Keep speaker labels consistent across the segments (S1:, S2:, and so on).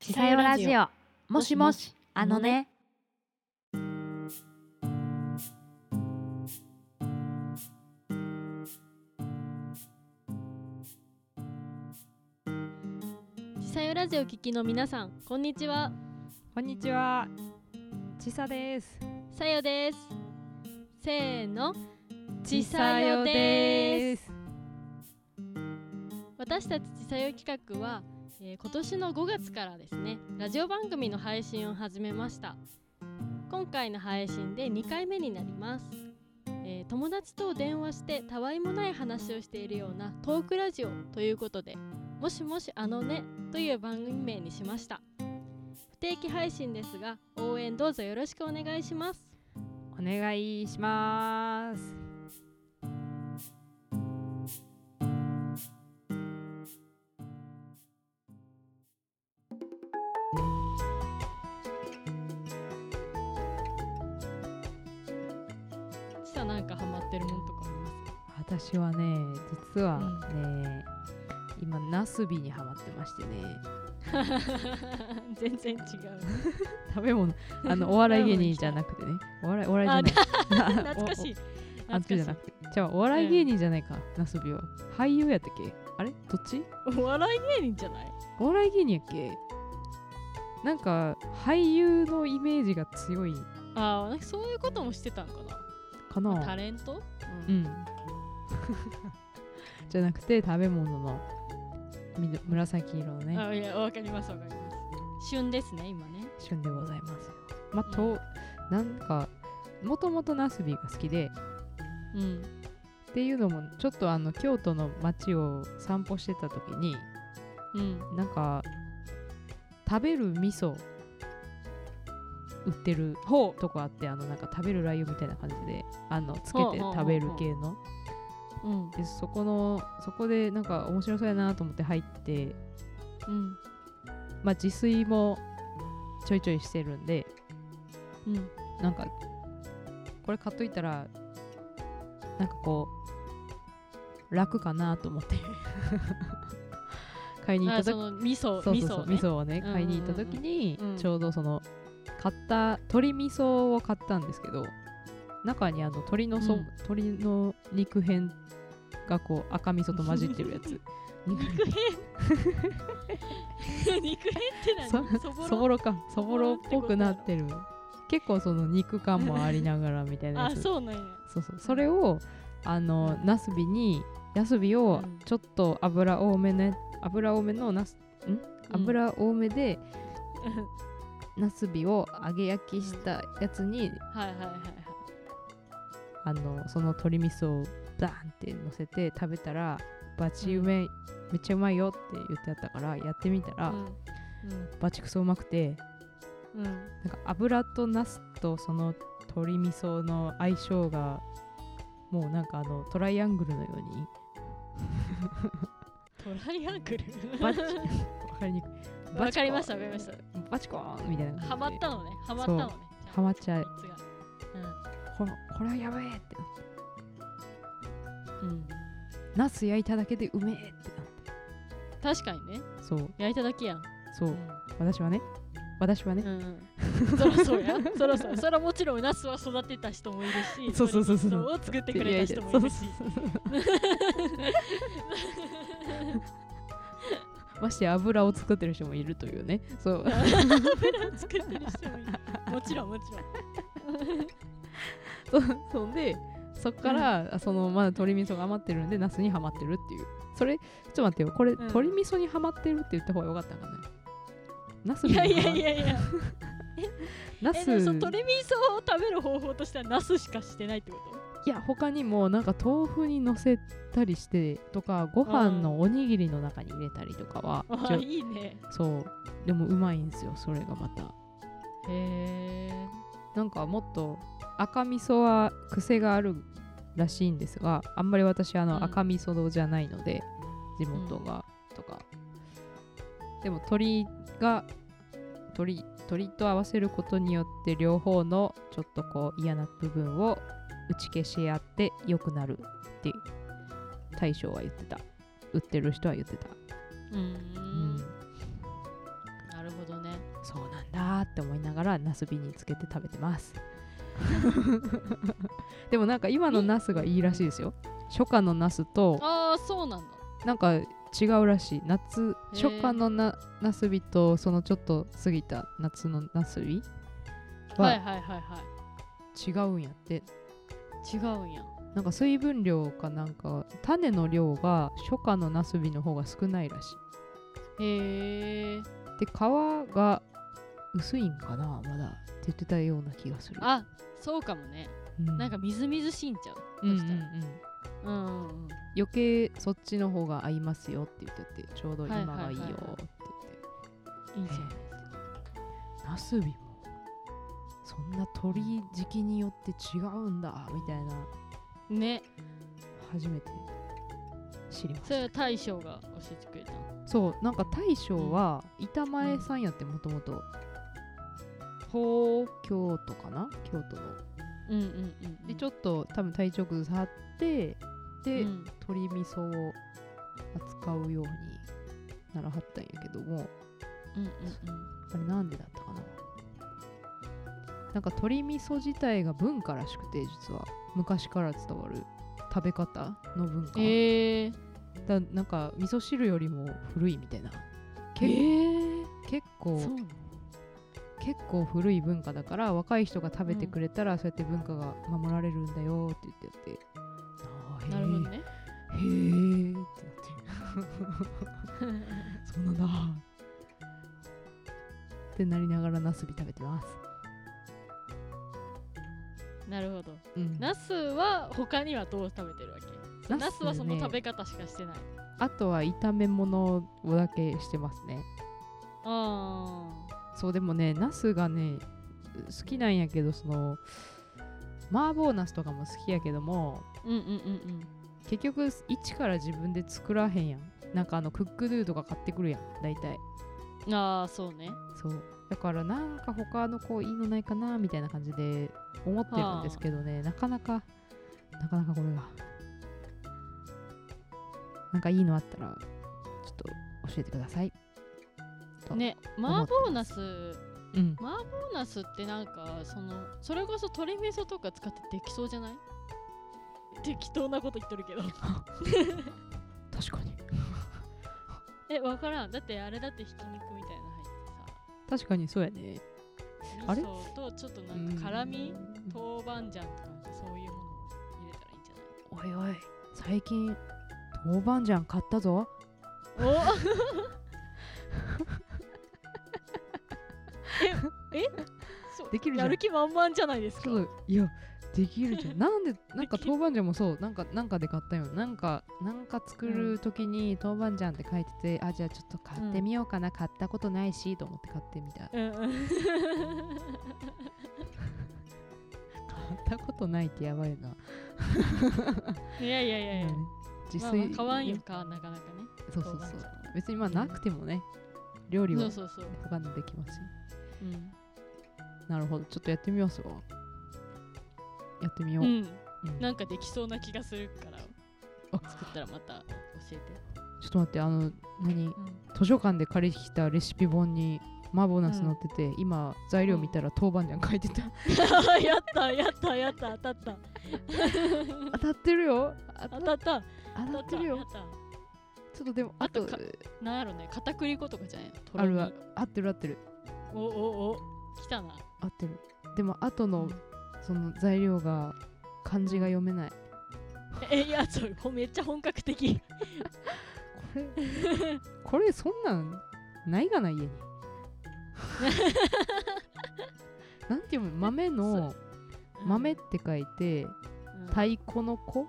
S1: ちさよラジオ。もしもし、あのね。
S2: ちさよラジオ聞きの皆さんこんにちは
S3: こんにちは。ちさです。
S2: さよですせーのちさ
S3: さ
S2: よ
S3: よ
S2: です
S3: す。
S2: 私たちちさよ企画は、えー今年の5月からですねラジオ番組の配信を始めました今回の配信で2回目になります、えー友達と電話してたわいもない話をしているようなトークラジオということでもしもしあのねという番組名にしました不定期配信ですが応援どうぞよろしくお願いします
S3: お願いします。
S2: ちさなんかハマってるもんとかあります
S3: 私はね、実は
S2: う
S3: ね、今ナスビにハマってましてね、
S2: 全然違う。
S3: 食べ物、あのお笑い芸人じゃなくてね、お笑いお笑いじゃ ない、
S2: 懐かしい。
S3: お。お
S2: 懐
S3: あっち
S2: か
S3: じ
S2: し。
S3: ゃないくて、じゃあお笑い芸人じゃないか、ナスビは。俳優やったっけ？あれ？どっち？
S2: お笑い芸人じゃない
S3: お笑い芸人やっけ？なんか俳優のイメージが強い
S2: ああ、なんかそういうこともしてたんかな。
S3: かな。
S2: タレント
S3: う。ん、 じゃなくて食べ物のみど紫色のね
S2: あいや、わかりますわかります。旬ですね、今ね。
S3: 旬でございますよ。まあ、となんかもともとナスビが好きで
S2: うん。
S3: っていうのもちょっとあの京都の街を散歩してた時に
S2: うん。
S3: なんか食べる味噌売ってるとこあってあのなんか食べるラー油みたいな感じであのつけ
S2: ほう
S3: て
S2: ほうほうほう
S3: 食べる系の
S2: うん。
S3: でそこのそこでなんか面白そうやなと思って入って
S2: うん。
S3: まあ、自炊もちょいちょいしてるんで
S2: うん。
S3: なんかこれ買っといたらなんかこう楽かなと思って 買いに行っ
S2: あ
S3: た
S2: そ
S3: 時
S2: の味噌、
S3: そう
S2: 味
S3: そうそ
S2: 噌
S3: う
S2: ね
S3: 味。噌をね
S2: うんうんうん
S3: 買いに行った時に
S2: うん
S3: ちょうどその買った鶏味噌を買ったんですけど中にあの鶏のそ、
S2: うん
S3: 鶏の肉片がこう赤味噌と混じってる やつ肉片
S2: 肉片って何そぼ
S3: そ
S2: ろ
S3: ぼろかそぼろっぽくなってる結構その肉感もありながらみたいなや
S2: あ、
S3: つ
S2: そうなんや。
S3: そうそうそれをあのナスビにナスビを
S2: うん
S3: ちょっと油多めね油多めのナスん
S2: うん
S3: 油多めで、ナスビを揚げ焼きしたやつに、
S2: はいはいはいはい。
S3: あのその鶏味噌をダーンって乗せて食べたらバチうめ、めっちゃうまいよって言ってあったからやってみたら、
S2: う
S3: バチクソうまくて
S2: ん。うん。うん。
S3: なんか油とナスとその鶏味噌の相性がもうなんかあのトライアングルのように
S2: トライアングル。
S3: バチわかりにくいバチコーン
S2: わかりましたわかりました
S3: バチコーンみたいな感じで
S2: ハマったのね。ハマったのね。
S3: ハマっちゃう
S2: こいつが
S3: これこれはやべえってなって
S2: うん。うん。
S3: ナス焼いただけでうめえってなっ
S2: 確かにね。
S3: てそう
S2: 焼いただけやん。
S3: そう、私はね私はね、
S2: うんうん、そらそうやそらそうやそらもちろんナスは育てた人もいるし
S3: そうそうそうそう
S2: 鶏肉を作ってくれた人も
S3: そ
S2: いう
S3: そ
S2: る
S3: う
S2: し
S3: そうまして油を作ってる人もいるというねそう
S2: 作ってる人もいるもちろんもちろん
S3: そそんでそっから、あそのまだ鶏味噌が余ってるんでナスにはまってるっていうそれちょっと待ってよこれ、
S2: ん
S3: 鶏味噌にはまってるって言った方がよかったんかなナス
S2: い
S3: には
S2: や
S3: ま
S2: いやいやいや
S3: ナ
S2: え
S3: ス
S2: でもその鶏味噌を食べる方法としてはナスしかしてないってこ
S3: いや他にもなんか豆腐にのせたりしてとかご飯のおにぎりの中に入れたりとかは、
S2: とあ
S3: ち
S2: あ
S3: ょ
S2: いいね
S3: そうでもうまいんですよそれがまた
S2: へえ
S3: なんかもっと赤味噌は癖があるらしいんですがあんまり私あ
S2: うん
S3: の赤味噌じゃないので、地元がとか、でも鶏が鶏鶏と合わせることによって両方のちょっとこう嫌な部分を打ち消し合って良くなるって大将は言ってた売ってる人は言ってた、
S2: うーん
S3: うん
S2: なるほど
S3: あーって思いながらナスビにつけて食べてます でもなんか今のナスがいいらしいですよ初夏のナスと
S2: ああそうなんだ
S3: なんか違うらしい夏
S2: へー
S3: 初夏のなナスビとそのちょっと過ぎた夏のナスビ
S2: は
S3: はい
S2: はいはいは
S3: 違うんやって、
S2: い違うんや
S3: なんか水分量かなんか種の量が初夏のナスビの方が少ないらしい
S2: へえ
S3: で皮が薄いんかなまだって言ってたような気がする
S2: あそうかもね
S3: うん
S2: なんかみずみずしいんちゃう
S3: うんうん
S2: そしたら
S3: うん
S2: うんうんうん
S3: 余計そっちの方が合いますよって言っててちょうど今がいいよっ
S2: はいは
S3: て
S2: い
S3: 言
S2: は
S3: っ
S2: い
S3: て
S2: いいじゃん
S3: ナスビもそんな鳥時期によって違うんだみたいな
S2: ね
S3: 初めて知りまし
S2: それは大将が教えてくれた
S3: たそうなんか大将は板前さんやってもともと
S2: ほう
S3: 京都かな京都の
S2: うんうんうん
S3: でち
S2: ょっ
S3: ょっと多分体調崩さはってで、鶏味噌を扱うようにならはったんやけど
S2: う
S3: も
S2: んうん
S3: あれなんでだったかななんか鶏味噌自体が文化らしくて実は昔から伝わる食べ方の文化、
S2: えー、
S3: だなんか味噌汁よりも古いみたいなけ
S2: ー、
S3: 結構
S2: そうなの
S3: 結構古い文化だから若い人が食べてくれたら、そうやって文化が守られるんだよって言っててあー
S2: なるほどね
S3: へーってなって そうなんだってなりながらナスビ食べてます
S2: なるほど
S3: うん
S2: ナスは他にはどう食べてるわけ
S3: ナ
S2: ナスはその食べ
S3: ね
S2: 方しかしてない
S3: あとは炒め物をだけしてますね
S2: あ
S3: そうでもねナスがね好きなんやけどその麻婆ナスとかも好きやけども
S2: ーうんうんうん
S3: 結局一から自分で作らへんやんなんかあのクックドゥとか買ってくるやん大体
S2: うんああそうね
S3: そうだからなんか他のこういいのないかなみたいな感じで思ってるんですけどね、なかなかなかなかこれがなんかいいのあったらちょっと教えてくださいと
S2: ね
S3: 思
S2: 麻
S3: ってます
S2: 婆ナス
S3: うん
S2: 麻婆ナスってなんかそのそれこそ鶏味噌とか使ってできそうじゃない適当なこと言っとるけ ど
S3: 確かに
S2: えわからんだってあれだってひき肉みたいなの入ってさ
S3: 確かにそうやねあれ
S2: 味噌とちょっとなんか辛み豆板醤とかそういうものを入れたらいいんじ
S3: おいおい最近豆板醤買ったぞ
S2: ゃないお ええそう
S3: できるじゃ
S2: や
S3: ん
S2: る気満々じゃないです
S3: ち
S2: か
S3: ょっといやできるじゃ んなんでなんか
S2: できる
S3: 豆板醤もそうなんかなんかで買ったよなんかなんか作る時に豆板醤って書いてて、あじゃあちょっと買ってみようかな、買ったことないしと思って買ってみた 買
S2: うん うん
S3: ったことないってやばいな、
S2: いやいやいやいや、
S3: うん自
S2: まあ
S3: 炊、
S2: まあ、買わんよかなかなかね
S3: そうそう
S2: 豆板
S3: そう
S2: 醤
S3: 別にまあなくてもね料理
S2: そ
S3: は
S2: うそうそう、
S3: 他にできますし
S2: うん
S3: なるほどちょっとやってみますわやってみよう、
S2: うん、
S3: うん
S2: なんかできそうな気がするから
S3: あ
S2: 作ったらまた教えて、
S3: ちょっと待ってあの何図書館で借りてきたレシピ本に麻婆ナス載ってて、今材料見たら豆板醤書いてた、
S2: やったやったやった当たった
S3: 当たってるよ当
S2: 当たった
S3: 当たってる
S2: や
S3: よ
S2: った
S3: ちょっとでもあ
S2: あと
S3: と
S2: かなんやろね片栗粉とかじゃんや
S3: あるわ合ってる合ってる
S2: おおお来たな
S3: 合ってるでも後
S2: う
S3: の
S2: ん
S3: その材料が漢字が読めない
S2: えいやちょほめっちゃ本格的
S3: これ これそんなんないがな家になんて読む豆の 豆って書いて
S2: うん
S3: 太鼓の子っ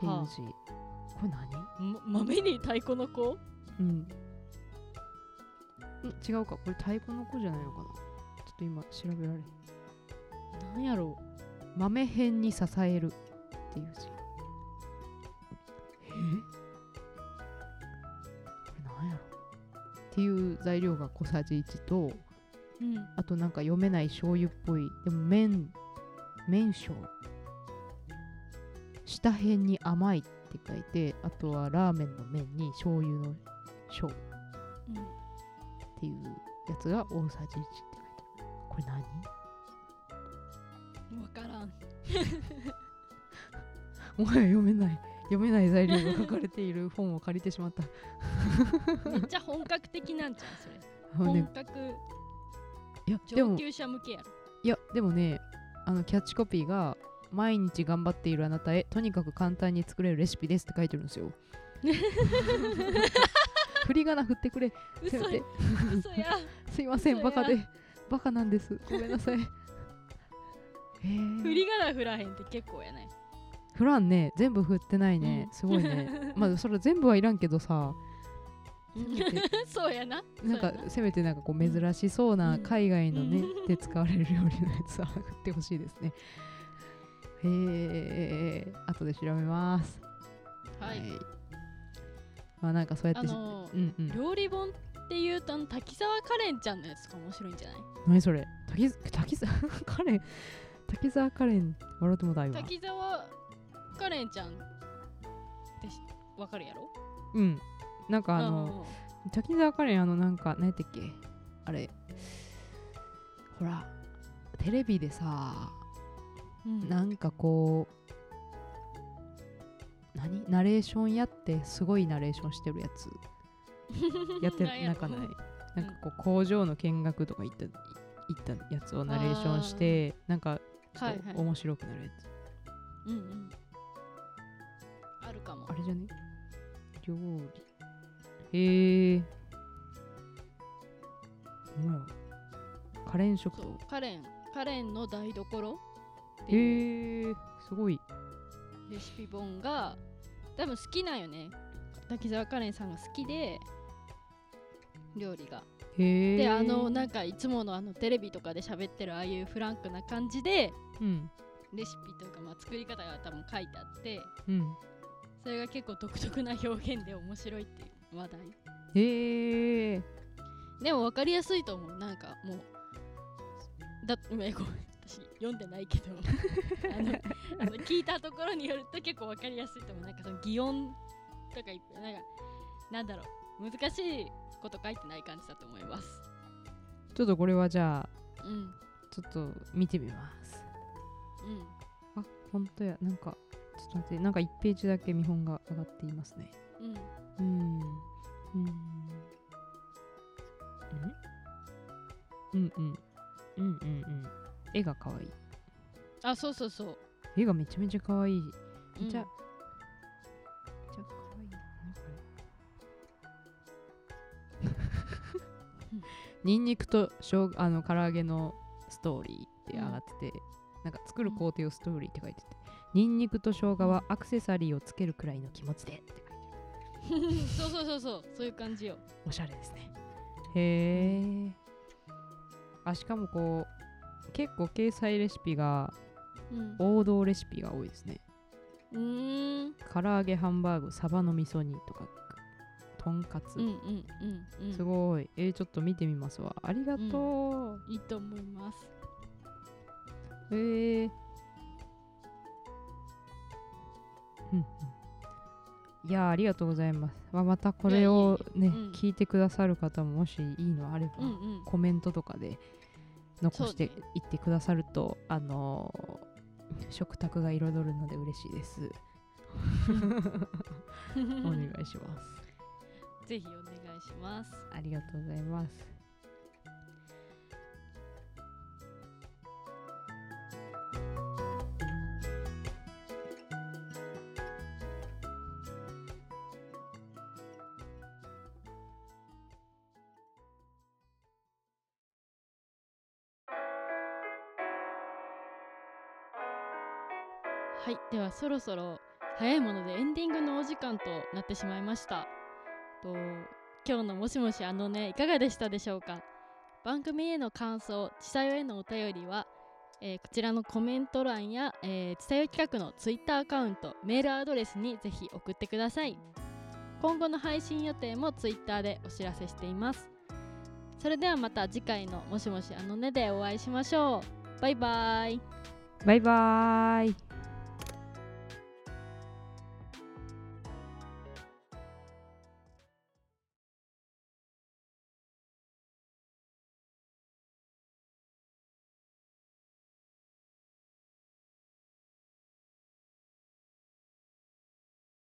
S3: ていう字これ何
S2: うんま豆に太鼓の子
S3: うん。ん違うか、これ太鼓の子じゃないのかな。ちょっと今調べられへん。
S2: なんやろ
S3: 豆辺に支えるっていう字。えこれなんやろっていう材料が小さじ1と、
S2: う、うん、
S3: あとなんか読めない醤油っぽい。でも麺、麺醤。下辺に甘いって書いて、あとはラーメンの麺に醤油の醤。っていうやつが大さじ1って書いてあるこれ何
S2: わからん
S3: もはや読めない読めない材料が書かれている本を借りてしまった
S2: めっちゃ本格的なんじゃんそれ
S3: あの
S2: 本
S3: ね
S2: 格
S3: いやで
S2: 上
S3: も
S2: 級者向けやろ
S3: いやでもねあのキャッチコピーが「毎日頑張っているあなたへとにかく簡単に作れるレシピです」って書いてるんです よ振り仮名振ってくれせ
S2: 嘘
S3: めて
S2: や嘘や
S3: すいません
S2: 嘘や
S3: バカでバカなんですごめんなさ いへえ
S2: 振り仮名振らへんって結構やね
S3: 振らんね全部振ってないね、
S2: うん
S3: すごいねまあそれ全部はいらんけ どさせめて
S2: そうやな
S3: なん
S2: そうや
S3: かせめてなんかこう珍しそうな
S2: うん
S3: 海外のね、
S2: うん
S3: で使われる料理のやつは振ってほしいですねへえ後で調べます
S2: なはい
S3: まあなんかそうや
S2: あ
S3: ってし
S2: のー
S3: うんうん
S2: 料理本っていうとあの滝沢カレンちゃんのやつとか面白いんじゃない
S3: 何それ滝滝沢 カレン滝沢カレン笑ってもだいわ
S2: 滝沢カレンちゃんってしわかるやろ
S3: うんなんかあ
S2: うん
S3: の
S2: うんうん
S3: 滝沢カレンあのなんか何やったっけあれほらテレビでさ
S2: うん
S3: なんかこう何ナレーションやってすごいナレーションしてるや つやって
S2: なんや
S3: な
S2: ろ
S3: んかないなんかこう工場の見学とか行った行ったやつをナレーションしてなんかちょ
S2: はい
S3: っ
S2: はい
S3: と面白くなるやつ、
S2: うんうんあるかも
S3: あれじゃね料理へえほんまやカレン食
S2: そ
S3: 堂
S2: うカレンカレンの台所っていう
S3: へえすごい
S2: レシピ本が多分好きなんよね滝沢カレンさんが好きで料理が
S3: へえ
S2: であのなんかいつものあのテレビとかで喋ってるああいうフランクな感じで
S3: うん
S2: レシピというか、まあ、作り方が多分書いてあって
S3: うん
S2: それが結構独特な表現で面白いっていう話題
S3: へえ
S2: でも分かりやすいと思うなんかもうだ 今ごめん私読んでないけ どあのあの聞いたところによると結構分かりやすいと思うなんかその擬音とかいっぱいなんかなんだろう難しいこと書いてない感じだと思います
S3: ちょっとこれはじゃあ
S2: うんうん
S3: ちょっと見てみますあ本当やなんかちょっと待ってなんか1ページだけ見本が上がっていますね
S2: うん
S3: うんうんうんうんうんうんうんうん絵が可愛い
S2: あそうそうそう
S3: 絵がめちゃめちゃ可愛いめちゃ、
S2: うん
S3: めちゃ可愛いなこれ ニンニクとしょうあの唐揚げのストーリーって上がってて、なんか作る工程をストーリーって書いてて、ニンニクと生姜はアクセサリーをつけるくらいの気持ちでって書いてる
S2: そうそうそうそうそういう感じよ
S3: おしゃれですねへえあしかもこう結構掲載レシピが
S2: うん
S3: 王道レシピが多いですね
S2: うーん
S3: 唐揚げハンバーグサバの味噌煮とかとんかつ、
S2: うんうんうんうん
S3: すごい。えーちょっと見てみますわ。ありがとう。
S2: いいと思います
S3: えーうんうん。いやーありがとうございます。まあ、またこれをね、
S2: いえいえいえうん
S3: 聞いてくださる方ももしいいのあれば、
S2: うんうん
S3: コメントとかで残して
S2: そう
S3: いってくださると、あのー食卓が彩るので嬉しいです。お願いします。
S2: ぜひお願いします。
S3: ありがとうございます。
S2: はい、ではそろそろ早いものでエンディングのお時間となってしまいました。と今日のもしもしあのねいかがでしたでしょうか。番組への感想、ちさよへのお便りは、えーこちらのコメント欄や、えー、ちさよ企画のツイッターアカウント、メールアドレスにぜひ送ってください。今後の配信予定もツイッターでお知らせしています。それではまた次回のもしもしあのねでお会いしましょう。バイバイ。
S3: バイバーイ。